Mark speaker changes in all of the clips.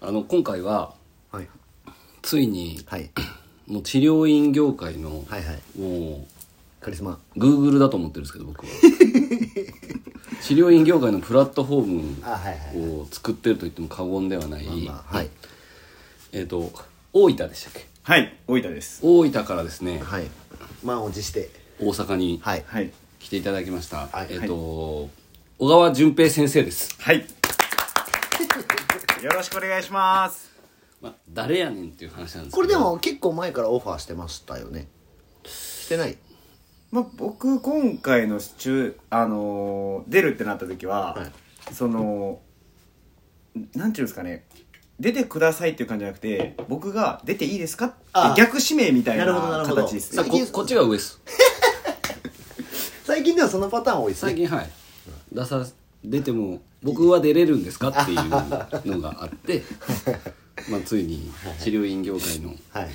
Speaker 1: あの今回は
Speaker 2: はい
Speaker 1: ついに
Speaker 2: はい
Speaker 1: もう治療院業界の、
Speaker 2: はいはい
Speaker 1: も
Speaker 2: カリスマ
Speaker 1: うグーグルだと思ってるんですけど 僕は治療院業界のプラットフォ
Speaker 2: あはい
Speaker 1: ームを作ってると言っても過言ではない、
Speaker 2: まあまあはい
Speaker 1: えっ、と大分でしたっけ
Speaker 3: はい大分です
Speaker 1: 大分からですね
Speaker 2: はい満を持して
Speaker 1: 大阪に
Speaker 2: はい
Speaker 3: はい
Speaker 1: 来ていただきました、
Speaker 2: はい
Speaker 1: えっ、と、小川淳平先生です、
Speaker 3: はいよろしくお願いします
Speaker 1: まあ、誰やねんっていう話なんですけど
Speaker 2: これでも結構前からオファーしてましたよねしてない
Speaker 3: まあ、僕今回の中あのー出るってなった時は、
Speaker 2: は
Speaker 3: そのなんていうんですかね出てくださいっていう感じじゃなくて僕が出ていいですかって
Speaker 2: ああ
Speaker 3: 逆指名みたいな
Speaker 2: なるほどなるほど
Speaker 3: 形です
Speaker 1: さあここっちが上です
Speaker 2: 最近ではそのパターン多いです
Speaker 1: 最
Speaker 2: ね
Speaker 1: 近はい出さ出ても僕は出れるんですかっていうのがあって まあついに治療院業界の
Speaker 2: はい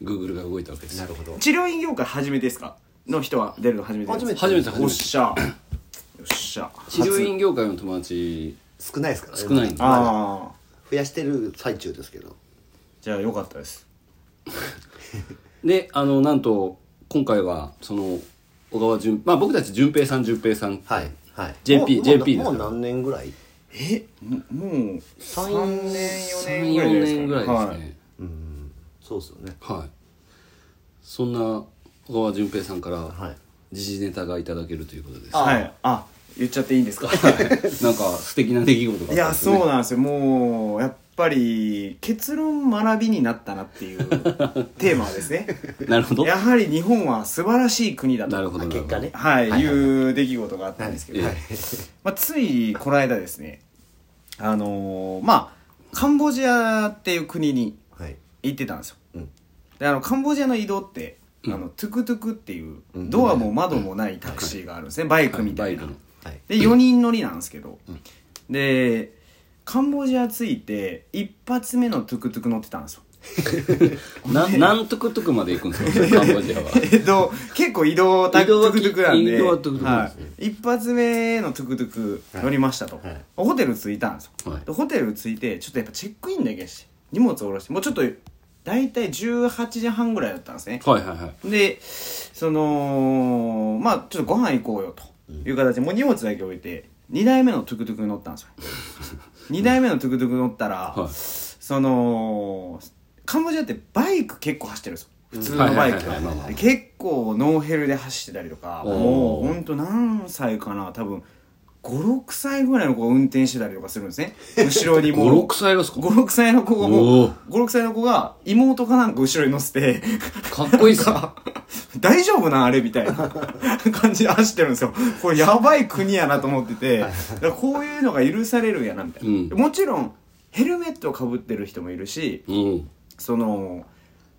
Speaker 1: グーグルが動いたわけですよ
Speaker 2: なるほど
Speaker 3: 治療院業界初めてですかの人は出るの初めてです
Speaker 1: 初めて初
Speaker 3: お
Speaker 1: め
Speaker 3: ってしゃよっしゃ
Speaker 1: 治療院業界の友達
Speaker 2: 少ないですからね
Speaker 1: 少ないんで
Speaker 2: まだ
Speaker 3: ああ
Speaker 2: 増やしてる最中ですけど
Speaker 3: じゃあよかったです
Speaker 1: であのなんと今回はその小川淳まあ僕たち淳平さん淳平さん、
Speaker 2: はいはい
Speaker 1: JP
Speaker 2: もうもう
Speaker 1: JP ですか
Speaker 2: もう
Speaker 1: ら
Speaker 2: 何年ぐらい
Speaker 3: えももう3年4年ぐらいじゃ
Speaker 1: 34
Speaker 3: ないですか
Speaker 1: 年ぐらいですね
Speaker 2: そうですよね
Speaker 1: はい、そんな小川淳平さんから、
Speaker 2: はい
Speaker 1: 時事ネタがいただけるということです
Speaker 3: はい、はい、あ言っちゃっていい んですか
Speaker 1: なんか素敵な出来事があったん
Speaker 3: いやそうなんですよもうやっぱり結論学びになったなっていう テーマはですね
Speaker 1: なるほど
Speaker 3: やはり日本は素晴らしい国だと
Speaker 1: なるほどなる
Speaker 2: 結
Speaker 1: ほ
Speaker 2: 果
Speaker 1: ど
Speaker 2: ね
Speaker 3: はい、
Speaker 2: はい
Speaker 3: い、
Speaker 2: は
Speaker 3: う出来事があったんですけど、
Speaker 1: はい
Speaker 3: まあ、ついこの間ですねあのーまあカンボジアっていう国に
Speaker 2: はい
Speaker 3: 行ってたんですよ、
Speaker 2: うん
Speaker 3: であのカンボジアの移動って、あのトゥクトゥクっていうドアも窓もないタクシーがあるんですね、バイクみたいな、
Speaker 1: はいバイ
Speaker 2: はい
Speaker 3: で4人乗りなんですけど、でカンボジア着いて一発目のトゥクトゥク乗ってたんですよ
Speaker 1: な なんとくとくまで行くん ですかカンボジアは
Speaker 3: えっと結構移動タ
Speaker 1: 移
Speaker 3: ク
Speaker 1: 動
Speaker 3: ト
Speaker 1: は
Speaker 3: ゥクトゥクなんで
Speaker 1: 移動はトゥクトゥクですね
Speaker 3: はい一発目のトゥクトゥク乗りましたと、
Speaker 2: はい
Speaker 3: ホテル着いたんですよ、
Speaker 1: はい
Speaker 3: でホテル着いてちょっとやっぱチェックインだけして荷物下ろしてもうちょっと大体18時半ぐらいだったんですね
Speaker 1: はいはいはい
Speaker 3: でそのまあちょっとご飯行こうよという形で、もう荷物だけ置いて2台目のトゥクトゥクに乗っ たんですよ2台目のトゥクトゥクに乗ったら、
Speaker 1: はい
Speaker 3: そのカンボジアってバイク結構走ってるんですよ普通のバイク
Speaker 1: はいはいはいは
Speaker 3: がで結構ノーヘルで走ってたりとか
Speaker 1: おー
Speaker 3: もうほんと何歳かな多分56歳ぐらいの子が運転してたりとかするんですね後ろに もう
Speaker 1: 56歳ですか
Speaker 3: 56歳の子が
Speaker 1: お
Speaker 3: もう
Speaker 1: ー
Speaker 3: 56歳の子が妹かなんか後ろに乗せて
Speaker 1: かっこいいっすね
Speaker 3: 大丈夫なんあれみた いな感じで走ってるんですよ。これやばい国やなと思ってて、だからこういうのが許されるんやなみたいな。
Speaker 1: うん
Speaker 3: もちろん、ヘルメットをかぶってる人もいるし、
Speaker 1: うん
Speaker 3: その、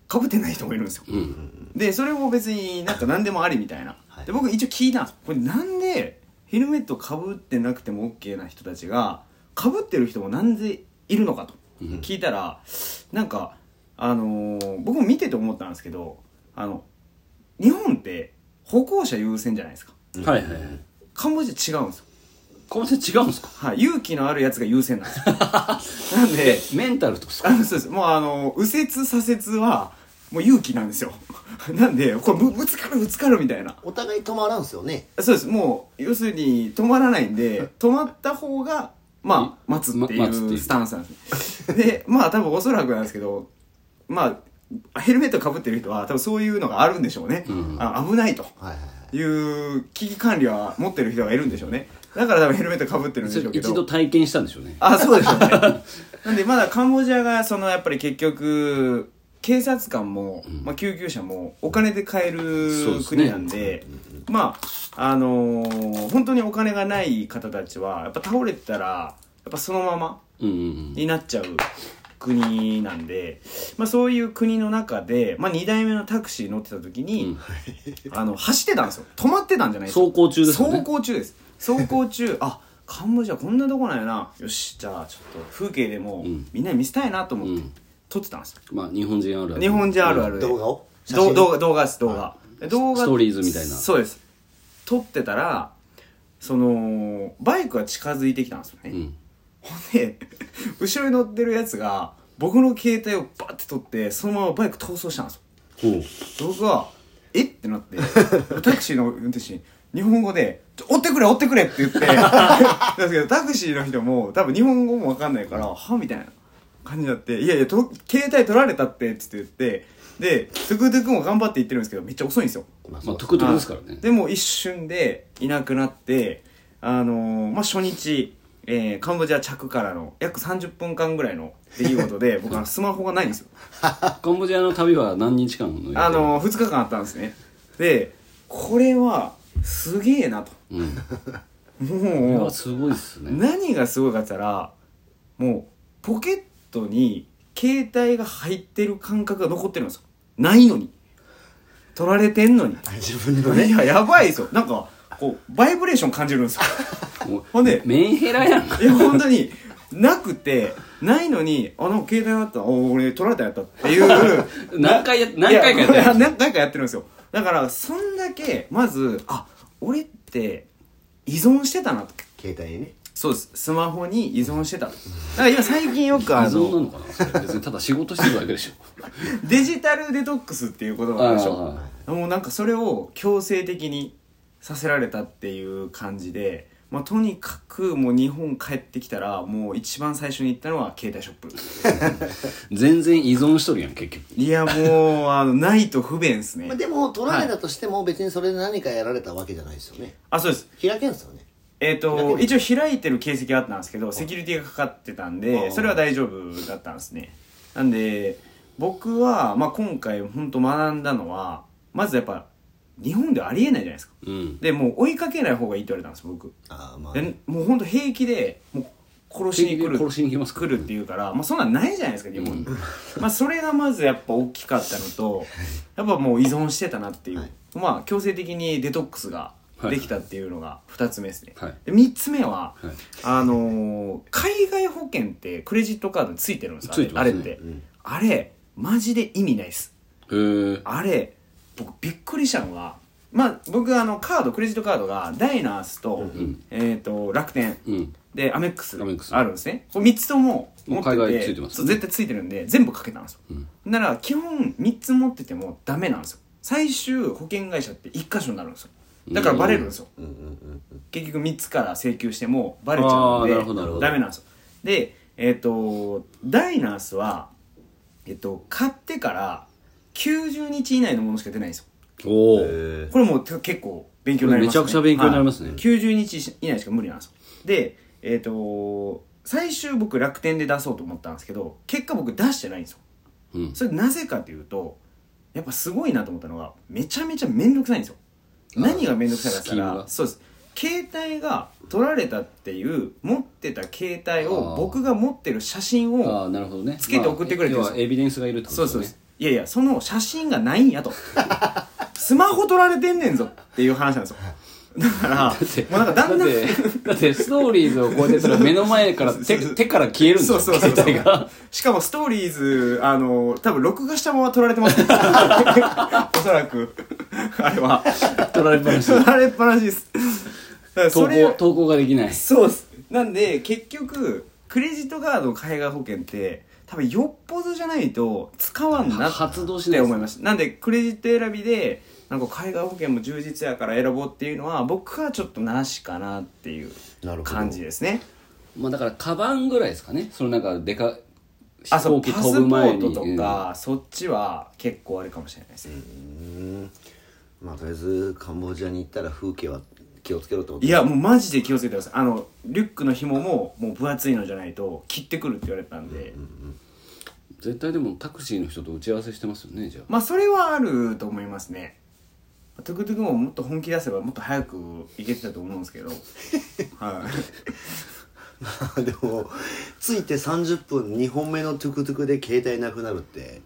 Speaker 3: かぶってない人もいるんですよ。
Speaker 1: うん
Speaker 3: で、それも別になんか何でもありみたいな
Speaker 2: は。い
Speaker 3: で、僕一応聞いたんです。これなんでヘルメットかぶってなくても OK な人たちが、かぶってる人もなんでいるのかと聞いたら、なんか、あのー僕も見てて思ったんですけど、あの、日本って歩行者優先じゃないですか
Speaker 1: はいはいはい
Speaker 3: カンボジア違うんですよ、
Speaker 1: この人違うんですか
Speaker 3: はい、勇気のあるやつが優先 なんですよなんで
Speaker 1: メンタルとか
Speaker 3: あのそうですもうあの右折左折はもう勇気なんですよ なんでこれぶぶつかるぶつかるみたいな
Speaker 2: お互い止まらんすよね
Speaker 3: そうですもう要するに止まらないんで止まった方がまあ待つって
Speaker 1: ま待つって
Speaker 3: い
Speaker 1: いう
Speaker 3: うスタンスなんですねでまあ多分おそらくなんですけどまあヘルメットかぶってる人は多分そういうのがあるんでしょうね、
Speaker 1: ん
Speaker 3: あの危ないと
Speaker 2: はいはいはい
Speaker 3: いう危機管理は持ってる人がいるんでしょうねだから多分ヘルメットかぶってるんで
Speaker 1: そ
Speaker 3: し
Speaker 1: れ
Speaker 3: ょうけど
Speaker 1: 一度体験したんでしょうね
Speaker 3: あそうでしょうね なんでまだカンボジアがそのやっぱり結局警察官も、まあ、救急車もお金で買え
Speaker 1: そうで
Speaker 3: る
Speaker 1: すね
Speaker 3: 国なんでまああのー本当にお金がない方たちはやっぱ倒れてたらやっぱそのまま
Speaker 1: うんうん
Speaker 3: になっちゃう国なんで、まあ、そういう国の中で、まあ、2台目のタクシー乗ってた時に、あの走ってたんですよ止まってたんじゃないですよ
Speaker 1: 走行中ですよね
Speaker 3: 走行中です走行中あカンボジアこんなとこなんやなよしじゃあちょっと風景でも
Speaker 1: ん
Speaker 3: みんなに見せたいなと思って、
Speaker 1: うん
Speaker 3: 撮ってたんですよ
Speaker 1: まあ日本人あるある
Speaker 3: 日本人あるあるで
Speaker 2: 動画を写
Speaker 3: ど
Speaker 2: 真
Speaker 3: う動画動画です動画で動画
Speaker 1: ストーリーズみたいな
Speaker 3: そうです撮ってたらそのバイクが近づいてきたんですよね、
Speaker 1: うん
Speaker 3: ほんで後ろに乗ってるやつが僕の携帯をバッて取ってそのままバイク逃走したんですよ
Speaker 1: ほう
Speaker 3: 僕は「えっ?」てなって タクシーの運転手に日本語で「ちょ追ってくれ追ってくれ」って言って なんですけどタクシーの人も多分日本語も分かんないから「は?」みたいな感じになって「いやいやと携帯取られたって」っつって言ってでトゥクトゥクも頑張って行ってるんですけどめっちゃ遅いんですよ
Speaker 2: まあ
Speaker 1: ま
Speaker 2: そ
Speaker 1: あ
Speaker 2: う
Speaker 1: 特特ですからね
Speaker 3: はいでも一瞬でいなくなってあのーまあ初日えーカンボジア着からの約30分間ぐらいの出来事で僕はスマホがないんですよ
Speaker 1: カンボジアの旅は何日間の予定
Speaker 3: あの2日間あったんですねでこれはすげえなと
Speaker 1: うんこれ
Speaker 3: も
Speaker 1: は
Speaker 3: う
Speaker 1: すごいっすね
Speaker 3: 何がすごいかって言ったらもうポケットに携帯が入ってる感覚が残ってるんですよないのに取られてんのに
Speaker 2: 自分の
Speaker 3: いややばいですよなんかこうバイブレーション感じるんですよ
Speaker 1: もう
Speaker 3: ほんで
Speaker 1: メンヘラやんか
Speaker 3: いや本当になくてないのにあなんか携帯があったお俺取られたんやったっていう
Speaker 1: 何回や何回かやった
Speaker 3: いやこれは
Speaker 1: や
Speaker 3: 何回かやってるんですよだからそんだけまずあ俺って依存してたなと
Speaker 2: 携帯にね
Speaker 3: そうですスマホに依存してただから今最近よくあ
Speaker 1: つ依存な
Speaker 3: の
Speaker 1: のかなそれ別にただ仕事してるだけでしょ
Speaker 3: デジタルデトックスっていう言葉があるでし
Speaker 1: はいはい
Speaker 3: ょもうなんかそれを強制的にさせられたっていう感じで、まあ、とにかくもう日本帰ってきたらもう一番最初に行ったのは携帯ショップ
Speaker 1: 全然依存しとるやん結局
Speaker 3: いやもうあのないと不便ですね
Speaker 2: まあでも取られたとしても別にそれで何かやられたわけじゃないですよね
Speaker 3: あそうです
Speaker 2: 開けんすよね
Speaker 3: えっ、と一応開いてる形跡があったんですけどセキュリティがかかってたん
Speaker 2: あ
Speaker 3: で
Speaker 2: ー
Speaker 3: それは大丈夫だったんですねなんで僕は、まあ、今回本当学んだのはまずやっぱ日本ではありえないじゃないですか
Speaker 1: うん
Speaker 3: でもう追いかけない方がいいって言われたんです僕
Speaker 2: ああまあ
Speaker 3: でもう本当平気でもう殺しに来る
Speaker 1: 殺しに来ますか
Speaker 3: 来るっていうから、まあ、そんなんないじゃないですか日本に、まあそれがまずやっぱ大きかったのとやっぱもう依存してたなっていう、
Speaker 2: はい
Speaker 3: まあ強制的にデトックスができたっていうのが2つ目ですね、
Speaker 1: はい
Speaker 3: で3つ目は、
Speaker 1: はい
Speaker 3: あのー海外保険ってクレジットカードについてるんですよ
Speaker 1: ついてま
Speaker 3: あ
Speaker 1: す
Speaker 3: れ
Speaker 1: ね
Speaker 3: って、あれマジで意味ないです
Speaker 1: へー
Speaker 3: あれ僕びっくりしたのがまあ僕あのカードクレジットカードがダイナースと,、えー、と楽天、
Speaker 1: うん
Speaker 3: でアメックス
Speaker 1: アメックス
Speaker 3: あるんですねこれ3つとも持
Speaker 1: もう
Speaker 3: って
Speaker 1: 海
Speaker 3: て
Speaker 1: 外ついてますね
Speaker 3: そう絶対ついてるんで全部かけたんですよ、なら基本3つ持っててもダメなんですよ最終保険会社って1箇所になるんですよだからバレるんですよ、結局3つから請求してもバレちゃ
Speaker 1: あーなる
Speaker 3: う
Speaker 1: ほどなる
Speaker 3: の
Speaker 1: ほど
Speaker 3: でダメなんですよでえっ、とダイナースはえっと買ってから90日以内のものしか出ないんですよ
Speaker 1: おお
Speaker 3: これもうて結構勉強になります、ね、
Speaker 1: めちゃくちゃ勉強になりますね
Speaker 3: はい90日以内しか無理なんですよでえっ、と最終僕楽天で出そうと思ったんですけど結果僕出してないんですよ
Speaker 1: うん
Speaker 3: それなぜかというとやっぱすごいなと思ったのがめちゃめちゃ面倒くさいんですよ何が面倒くさいかって
Speaker 1: スキ
Speaker 3: 言った
Speaker 1: ーム
Speaker 3: ら
Speaker 1: が
Speaker 3: そうです携帯が取られたっていう持ってた携帯を
Speaker 1: あー
Speaker 3: 僕が持ってる写真を
Speaker 1: ああなるほどね
Speaker 3: つけて送ってくれてるんで
Speaker 1: まあ
Speaker 3: すよ
Speaker 1: 要はエビデンスがいるってことで
Speaker 3: そうです
Speaker 1: す
Speaker 3: そう
Speaker 1: ね
Speaker 3: ですいやいやその写真がないんやと スマホ撮られてんねんぞっていう話なんですよ だからもうなんかだんだん
Speaker 1: だってだってストーリーズをこうやってたら目の前から手手から消えるんです
Speaker 3: そ
Speaker 1: よ
Speaker 3: うそうそうそ
Speaker 1: 携帯
Speaker 3: う
Speaker 1: が
Speaker 3: しかもストーリーズあの多分録画したまま撮られてます おそらくあれは
Speaker 1: 取られっぱなし
Speaker 3: 撮られっぱなしですだから
Speaker 1: 投
Speaker 3: それ
Speaker 1: 稿投稿ができない
Speaker 3: そうっすなんで結局クレジットカード海外保険って多分よっぽどじゃないと使わんなって
Speaker 1: 発動
Speaker 3: し
Speaker 1: しないで
Speaker 3: て
Speaker 1: す
Speaker 3: 思いましたなんでクレジット選びでなんか海外保険も充実やから選ぼうっていうのは僕はちょっとなしかなっていう
Speaker 2: なるほど
Speaker 3: 感じですね
Speaker 1: まあだからカバンぐらいですかねそのなんかでか
Speaker 3: あ
Speaker 1: 飛
Speaker 3: そう
Speaker 1: 行機
Speaker 3: パ
Speaker 1: 飛
Speaker 3: スポ
Speaker 1: ぶ前
Speaker 3: ー
Speaker 1: に
Speaker 3: トとか、そっちは結構あれかもしれないです
Speaker 2: う
Speaker 3: ね、
Speaker 2: んまあとりあえずカンボジアに行ったら風景は気をつけろってこと
Speaker 3: いやもうマジで気をつけてくださいあのリュックの紐ももう分厚いのじゃないと切ってくるって言われたんで、
Speaker 1: うん絶対でもタクシーの人と打ち合わせしてますよねじゃあ
Speaker 3: まあそれはあると思いますねトゥクトゥクももっと本気出せばもっと早く行けてたと思うんですけどは い
Speaker 2: でも着いて30分2本目のトゥクトゥクで携帯なくなるって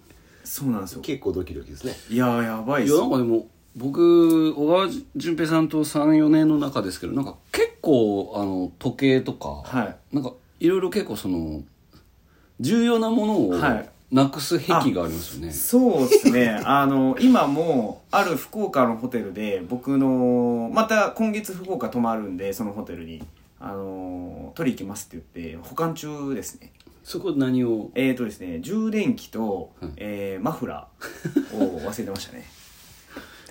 Speaker 3: そうなんですよ
Speaker 2: 結構ドキドキですね
Speaker 3: いやーやばいっ
Speaker 1: い
Speaker 3: す
Speaker 1: やな
Speaker 3: よ
Speaker 1: んかでも僕小川淳平さんと34年の中ですけどなんか結構あの時計とか、
Speaker 3: は
Speaker 1: なんかいろいろ結構その重要なものを
Speaker 3: はい
Speaker 1: なくす癖がありますよね、
Speaker 3: そうですねあの今もある福岡のホテルで僕のまた今月福岡泊まるんでそのホテルにあのー取り行きますって言って保管中ですね
Speaker 1: そこ何を
Speaker 3: えー、とですね充電器と、
Speaker 1: うん
Speaker 3: えーマフラーを忘れてましたね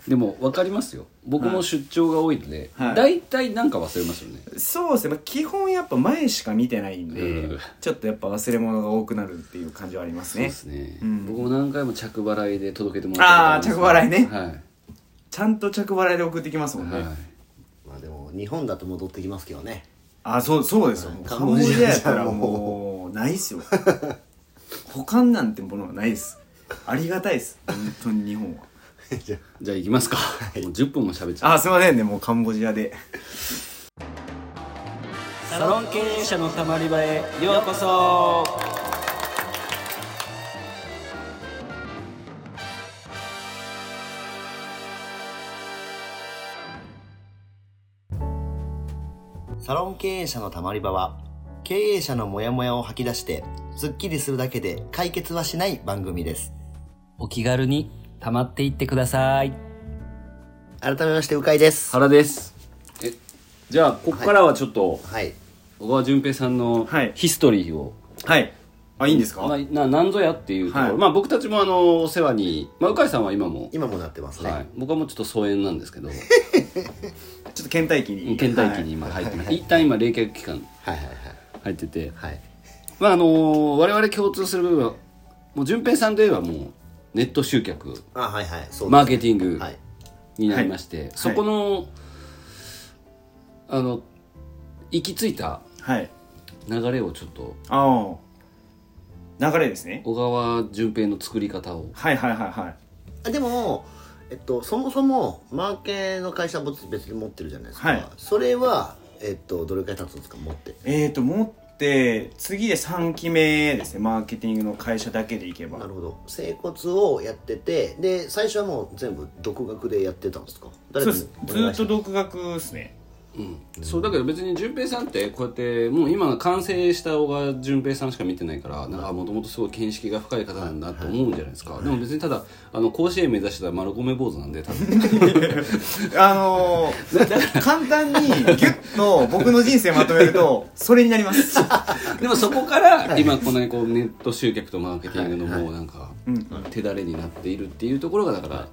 Speaker 1: でも分かりますよ僕も出張が多いので、
Speaker 3: はい
Speaker 1: 大体なんか忘れますよね、
Speaker 3: そうですね、まあ、基本やっぱ前しか見てないんで、
Speaker 1: うん
Speaker 3: ちょっとやっぱ忘れ物が多くなるっていう感じはあります
Speaker 1: そう
Speaker 3: ね
Speaker 1: ですね、
Speaker 3: うん
Speaker 1: 僕も何回も着払いで届けてもらったこと
Speaker 3: あー
Speaker 1: ります
Speaker 3: 着払ちゃんと着払いで送ってきますもんね、
Speaker 1: はい、はい
Speaker 2: まあでも日本だと戻ってきますけどね
Speaker 3: あそうそうですよもう
Speaker 2: カ
Speaker 3: カ
Speaker 2: ンボ
Speaker 3: ンボ
Speaker 2: ジア
Speaker 3: ジアやったら
Speaker 2: じゃもう
Speaker 3: もうないっすよ保管なんてものはないですありがたいです本当に日本は
Speaker 1: じゃあ行きますか、もう10分も喋っちゃう
Speaker 3: あすいませんねもうカンボジアで
Speaker 1: サロン経営者のたまり場へようこそ
Speaker 2: サロン経営者のたまり場は経営者のモヤモヤを吐き出してスッキリするだけで解決はしない番組です
Speaker 4: お気軽に溜まっていってください。
Speaker 2: 改めましてうかいです
Speaker 1: 原ですえじゃあここからはちょっと
Speaker 2: はい
Speaker 1: 小川淳平さんの
Speaker 3: はい
Speaker 1: ヒストリーを、
Speaker 3: はいあいいんですか、
Speaker 1: まあ、ななんぞやっていうところ、
Speaker 3: はい
Speaker 1: まあ僕たちもあのお世話に、まあ、鵜飼さんは今も、
Speaker 2: 今もなってますね、
Speaker 1: はい、僕はもうちょっと疎遠なんですけど
Speaker 3: ちょっと倦怠期に
Speaker 1: 倦怠期に今入ってます、一旦今冷却期間
Speaker 2: はいはい
Speaker 1: 入ってて
Speaker 2: はいはい
Speaker 1: まああの我々共通する部分はもう淳平さんといえばもうネット集客
Speaker 2: あはいはいそうです
Speaker 1: マーケティング
Speaker 2: はい
Speaker 1: になりまして、
Speaker 3: い
Speaker 1: そこの、あの行き着いた
Speaker 3: はい、はい、
Speaker 1: 流れをちょっと
Speaker 3: ああ流れですね
Speaker 1: 小川淳平の作り方を
Speaker 3: はいはいはいはい
Speaker 2: あでもえっとそもそもマーケの会社は別に持ってるじゃないですか、
Speaker 3: はい
Speaker 2: それはえっとどれくらい経つんですか持って
Speaker 3: えー、と持って次で3期目ですねマーケティングの会社だけでいけば
Speaker 2: なるほど整骨をやっててで最初はもう全部独学でやってたんですか
Speaker 3: そう
Speaker 2: か
Speaker 3: で
Speaker 2: に
Speaker 3: す
Speaker 2: お
Speaker 3: ず
Speaker 2: 願
Speaker 3: ー
Speaker 2: い
Speaker 3: っ
Speaker 2: し
Speaker 3: と
Speaker 2: ま
Speaker 3: 独学ですね
Speaker 1: そうだけど別に淳平さんってこうやってもう今完成した小川淳平さんしか見てないからなんかもともとすごい見識が深い方なんだと思うんじゃないですか、でも別にただあの甲子園目指してた丸米坊主なんで多分
Speaker 3: あのー、簡単にギュッと僕の人生まとめるとそれにな ります、
Speaker 1: でもそこから今こんなにこうネット集客とマーケティングのもうなんか
Speaker 3: うん、
Speaker 1: 手だれになっているっていうところがだから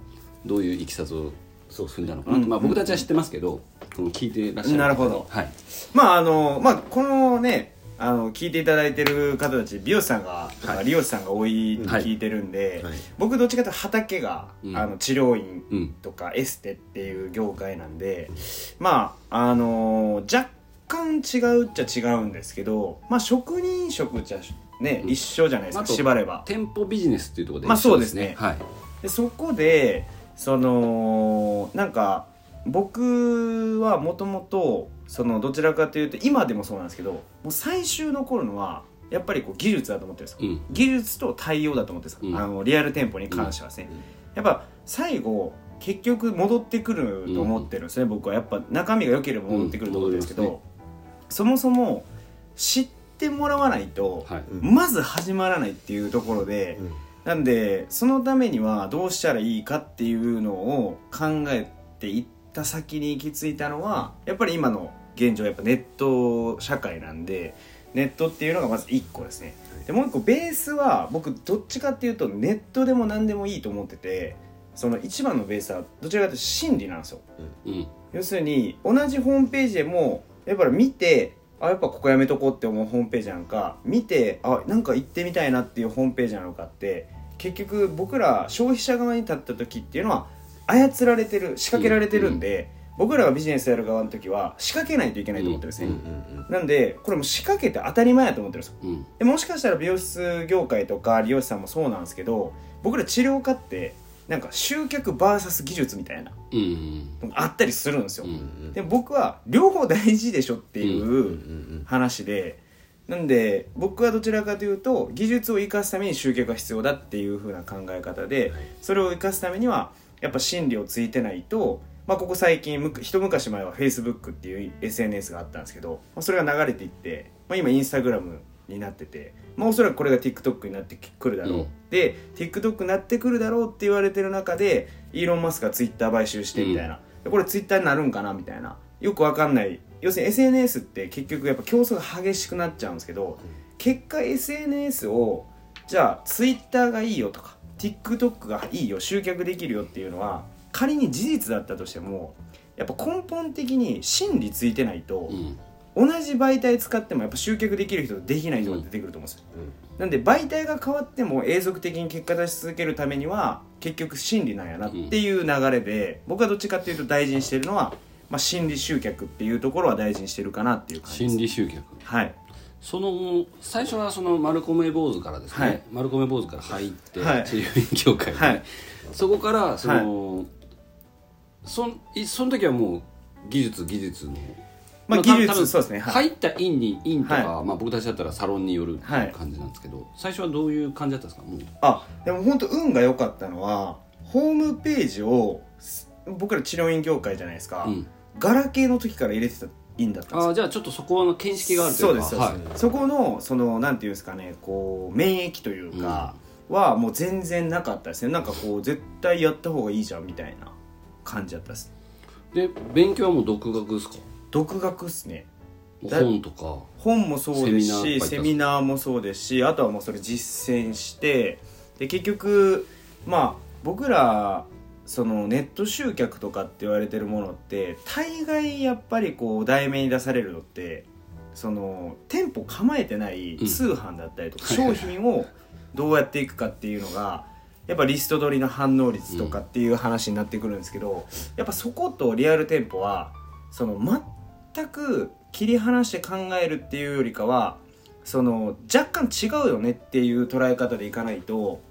Speaker 1: どういういきさつを
Speaker 2: そうです
Speaker 1: 踏ん
Speaker 2: ね
Speaker 1: だのかなと、まあ、僕たちは知ってますけど、この聞いてらっしゃる
Speaker 3: なるほど
Speaker 1: はい、
Speaker 3: まああのーまあこのねあの聞いていただいてる方たち美容師さんが、とか理容師さんが多いって聞いてるんで、
Speaker 2: はい
Speaker 3: 僕どっちかというと畑が、
Speaker 1: うん
Speaker 3: あの治療院
Speaker 1: うん
Speaker 3: とかエステっていう業界なんでまああのー若干違うっちゃ違うんですけどまあ職人職じゃね、
Speaker 1: うん
Speaker 3: 一緒じゃないです
Speaker 1: まああ
Speaker 3: か
Speaker 1: と
Speaker 3: 縛れば
Speaker 1: 店舗ビジネスっていうところで一緒
Speaker 3: まあそうですね
Speaker 1: はい
Speaker 3: でそこでそのなんか僕はもともとそのどちらかというと今でもそうなんですけどもう最終残るのはやっぱりこう技術だと思ってるんですよ
Speaker 1: うん
Speaker 3: 技術と対応だと思ってるんですよ、
Speaker 1: うん
Speaker 3: あのリアル店舗に関してはですね、やっぱ最後結局戻ってくると思ってるんですね、僕はやっぱ中身が良ければ戻ってくると思ってるんですけど、
Speaker 1: うん戻
Speaker 3: そもそも知ってもらわないと、
Speaker 1: はい
Speaker 2: うん
Speaker 3: まず始まらないっていうところで、
Speaker 2: うん
Speaker 3: なんでそのためにはどうしたらいいかっていうのを考えていった先に行き着いたのはやっぱり今の現状やっぱネット社会なんでネットっていうのがまず1個ですねでもう1個ベースは僕どっちかっていうとネットでも何でもいいと思っててその一番のベースはどちらかというと心理なんですよ
Speaker 1: うん
Speaker 3: 要するに同じホームページでもやっぱり見てあやっぱここやめとこうって思うホームページなのか見てあなんか行ってみたいなっていうホームページなのかって結局僕ら消費者側に立った時っていうのは操られてる仕掛けられてるんで、僕らがビジネスやる側の時は仕掛けないといけないと思ってるんですね、
Speaker 1: うん
Speaker 2: うん
Speaker 3: なんでこれもう仕掛けて当たり前やと思ってるんですよ
Speaker 1: うん
Speaker 3: でもしかしたら美容室業界とか利用師さんもそうなんですけど僕ら治療家ってなんか集客 VS 技術みたいな
Speaker 1: うんうん
Speaker 3: のがあったりするんですよ、
Speaker 1: うん
Speaker 2: うん
Speaker 3: で僕は両方大事でしょってい
Speaker 2: うん
Speaker 3: う
Speaker 2: うん
Speaker 3: 話でなんで僕はどちらかというと技術を生かすために集客が必要だっていう風な考え方でそれを生かすためにはやっぱ心理をついてないと、まあ、ここ最近むく一昔前は Facebook っていう SNS があったんですけど、まあ、それが流れていって、まあ、今 Instagram になってて、まあ、おそらくこれが TikTok になってくるだろう、
Speaker 1: うん
Speaker 3: で TikTok になってくるだろうって言われてる中でイーロン・マスクが Twitter 買収してみたいな、でこれ Twitter になるんかなみたいなよくわかんない要するに SNS って結局やっぱ競争が激しくなっちゃうんですけど結果 SNS をじゃあ Twitter がいいよとか TikTok がいいよ集客できるよっていうのは仮に事実だったとしてもやっぱ根本的に真理ついてないと
Speaker 1: うん
Speaker 3: 同じ媒体使ってもやっぱ集客できる人とできない人が出てくると思うんですよなんで媒体が変わっても永続的に結果出し続けるためには結局真理なんやなっていう流れで、僕はどっちかっていうと大事にしてるのは、まあ、心理集客っていうところは大事にしてるかなっていう感じです
Speaker 1: 心理集客
Speaker 3: はい
Speaker 1: その最初はそのマルコメ坊主からですね、
Speaker 3: はい
Speaker 1: マルコメ坊主から入って、
Speaker 3: はい
Speaker 1: 治療院協会に、
Speaker 3: はい
Speaker 1: そこからその、そんいその時はもう技術技術の
Speaker 3: まあ
Speaker 1: た
Speaker 3: 技術
Speaker 1: 多分
Speaker 3: そうですねは
Speaker 1: 入
Speaker 3: い
Speaker 1: った院に院とか、
Speaker 3: は
Speaker 1: まあ、僕たちだったらサロンによるって
Speaker 3: はいいう
Speaker 1: 感じなんですけど、最初はどういう感じだったんですかもう
Speaker 3: あでも本当運が良かったのはホームページをす僕ら治療院業界じゃないですか、
Speaker 1: うん
Speaker 3: ガラケーの時から入れてた院だったんです
Speaker 1: あーじゃあちょっとそこの見識があるとい
Speaker 3: そううで
Speaker 1: か
Speaker 3: すそうです、
Speaker 1: はい
Speaker 3: そこのそのなんていうんですかねこう免疫というかはもう全然なかったですねなんかこう絶対やった方がいいじゃんみたいな感じだったです
Speaker 1: で勉強はもう独学ですか
Speaker 3: 独学っすねだ
Speaker 1: 本とか
Speaker 3: 本もそうですし
Speaker 1: セ
Speaker 3: セ
Speaker 1: ミ
Speaker 3: ミナーもそうですしあとはもうそれ実践してで結局まあ僕らそのネット集客とかって言われてるものって大概やっぱりこう題名に出されるのってその店舗構えてない
Speaker 1: うん
Speaker 3: 通販だったりとか、
Speaker 1: はいはいは
Speaker 3: 商
Speaker 1: い
Speaker 3: 品をどうやっていくかっていうのがやっぱリスト取りの反応率とかっていう話になってくるんですけど、やっぱそことリアル店舗はその全く切り離して考えるっていうよりかはその若干違うよねっていう捉え方でいかないと、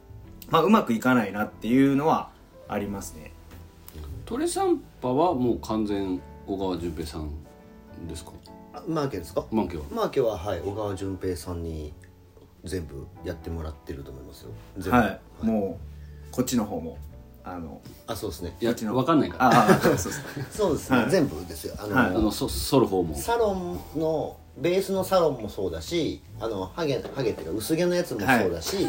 Speaker 3: まあ、うまくいかないなっていうのはありますね。
Speaker 1: トレサンパはもう完全小川淳平さんですか
Speaker 2: あマーケですか
Speaker 1: 満家は
Speaker 2: マーケははい小川淳平さんに全部やってもらってると思いますよ全部
Speaker 3: はい、もうこっちの方もあの
Speaker 2: あそうですね
Speaker 1: いや
Speaker 3: うちの
Speaker 1: 分かんないから
Speaker 3: ああそうそうそう
Speaker 2: そうですね、
Speaker 3: はい
Speaker 2: 全部ですよあの、
Speaker 1: あ
Speaker 3: は
Speaker 1: のそ剃る方も
Speaker 2: サロンのベースのサロンもそうだしあのハゲハゲっていうか薄毛のやつもそうだ し、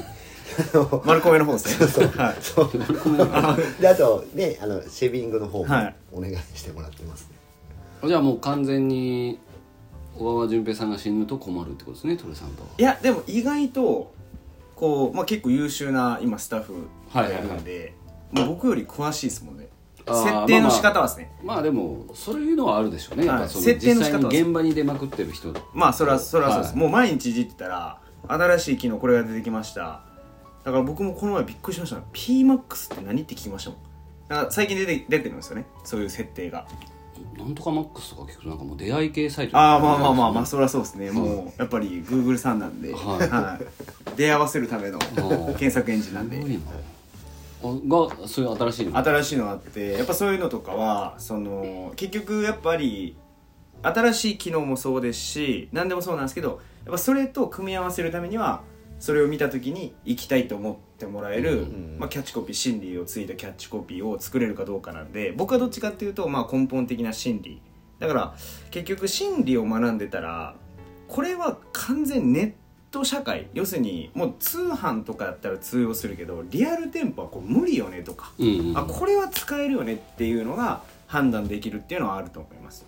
Speaker 2: あの
Speaker 3: 丸米の方ですね
Speaker 2: そう
Speaker 3: はい
Speaker 2: そうであとねあのシェービングの方も
Speaker 3: はい
Speaker 2: お願いしてもらってます、ね
Speaker 1: じゃあもう完全に小川淳平さんが死ぬと困るってことですねトレサンパはい
Speaker 3: やでも意外とこう、まあ、結構優秀な今スタッフがいるので、もう僕より詳しいですもんね
Speaker 1: あー
Speaker 3: 設定の仕方はですね、
Speaker 1: まあでもそういうのはあるでしょうね、
Speaker 3: はい
Speaker 1: やっぱその
Speaker 3: 設定の
Speaker 1: 実
Speaker 3: 仕方
Speaker 1: 際
Speaker 3: は
Speaker 1: に現場に出まくってる人
Speaker 3: まあそれはそれはそうです、
Speaker 1: はい
Speaker 3: もう毎日いじってたら新しい機能これが出てきましただから僕もこの前びっくりしましたね PMAX って何って聞きましたもんだから最近出て出てるんですよねそういう設定が
Speaker 1: なんとかマックスとか聞くとなんかもう出会い系サイト
Speaker 3: ああまあまあまあまあそりゃそうですねもうやっぱり Google さんなんで、
Speaker 1: はい
Speaker 3: い出会わせるための
Speaker 1: ー
Speaker 3: 検索エンジンなん
Speaker 1: す
Speaker 3: で
Speaker 1: ごいなあがそういう新しいの
Speaker 3: 新しいのあってやっぱそういうのとかはその結局やっぱり新しい機能もそうですし何でもそうなんですけどやっぱそれと組み合わせるためにはそれを見た時に行きたいと思ってもらえる、まあ、キャッチコピー心理をついたキャッチコピーを作れるかどうかなんで僕はどっちかっていうと、まあ、根本的な心理だから結局心理を学んでたらこれは完全ネット社会要するにもう通販とかだったら通用するけどリアル店舗はこう無理よねとか
Speaker 1: うんうん
Speaker 3: あこれは使えるよねっていうのが判断できるっていうのはあると思います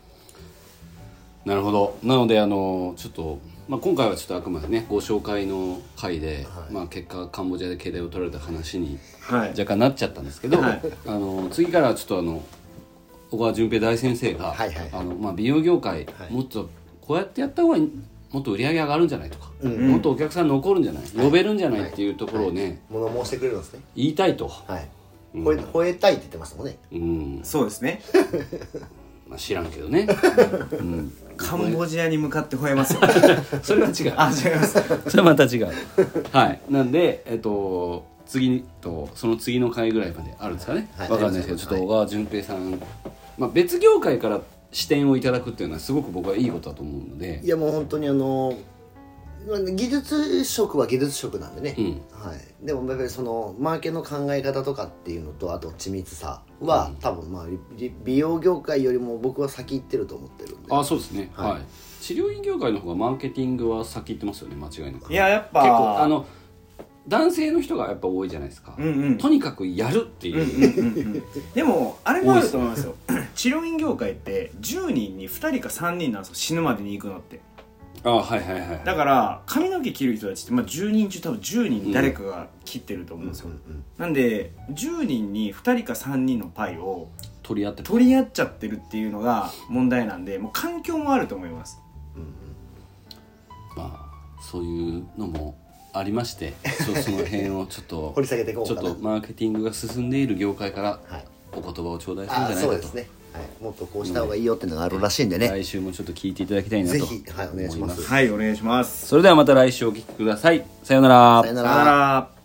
Speaker 1: なるほどなのであのちょっと、まあ、今回はちょっとあくまでねご紹介の回で、まあ、結果カンボジアで携帯を取られた話に
Speaker 3: はい
Speaker 1: 若干なっちゃったんですけど、
Speaker 3: はい
Speaker 1: あの次からはちょっとあの小川淳平大先生が、
Speaker 2: はいはい
Speaker 1: あのまあ、美容業界、
Speaker 2: はい
Speaker 1: もっとこうやってやった方がいいもっと売り上げ上がるんじゃないとか、もっとお客さん残るんじゃない、呼べるんじゃないっていうところをね、
Speaker 2: 物申してくれるんですね
Speaker 1: 言いたいと、
Speaker 2: はい、吠え吠えたいって言ってますもんね
Speaker 1: うん
Speaker 3: そうですね
Speaker 1: まあ、知らんけど ね、うん、
Speaker 3: カンボジアに向かって吠えますよ
Speaker 1: それは違う
Speaker 3: あ違います
Speaker 1: それはまた違うはいなんでえっと次とその次の回ぐらいまであるんですかね、
Speaker 2: はい
Speaker 1: わかんないですけどちょっと
Speaker 2: はい
Speaker 1: 小川淳平さん、まあ、別業界から視点をいただくっていうのはすごく僕はいいことだと思うので
Speaker 2: いやもう本当にあの技術職は技術職なんでね、
Speaker 1: うん
Speaker 2: はい、でもやっぱりそのマーケの考え方とかっていうのとあと緻密さは、多分まあり美容業界よりも僕は先行ってると思ってるんで
Speaker 1: あそうですねは、
Speaker 2: はいい
Speaker 1: 治療院業界の方がマーケティングは先行ってますよね間違いなく
Speaker 3: いややっぱ
Speaker 1: 結構あの男性の人がやっぱ多いじゃないですか、
Speaker 3: うんうん
Speaker 1: とにかくやるっていう、
Speaker 3: うんうんうんでもあれもあると思いますよ 治療院業界って10人に2人か3人なんですよ死ぬまでに行くのって
Speaker 1: ああはいはいはい
Speaker 3: だから髪の毛切る人たちって、まあ、10人中多分10人誰かが切ってると思うんですよ、なんで10人に2人か3人のパイを
Speaker 1: 取り合って
Speaker 3: 取り合っちゃってるっていうのが問題なんでもう環境もあると思います
Speaker 1: まあそういうのもありま してそその辺をちょっと
Speaker 2: 掘り下げていこう
Speaker 1: ち
Speaker 2: か
Speaker 1: ょっ
Speaker 2: な
Speaker 1: とマーケティングが進んでいる業界から
Speaker 2: はい
Speaker 1: お言葉を頂戴するん
Speaker 2: あ
Speaker 1: じゃ
Speaker 2: ー
Speaker 1: ないかと、
Speaker 2: そうですね、はい、もっとこうした方がいいよってのがあるらしいんでね、
Speaker 1: 来週もちょっと聞いていただきたいなと
Speaker 2: ぜ
Speaker 1: 思い
Speaker 2: ひ、はい、お願いしま
Speaker 1: ますす
Speaker 3: はいお願いします
Speaker 1: それではまた来週お聞きくださいさようなら
Speaker 2: さよな
Speaker 3: さよな
Speaker 2: ら
Speaker 3: ら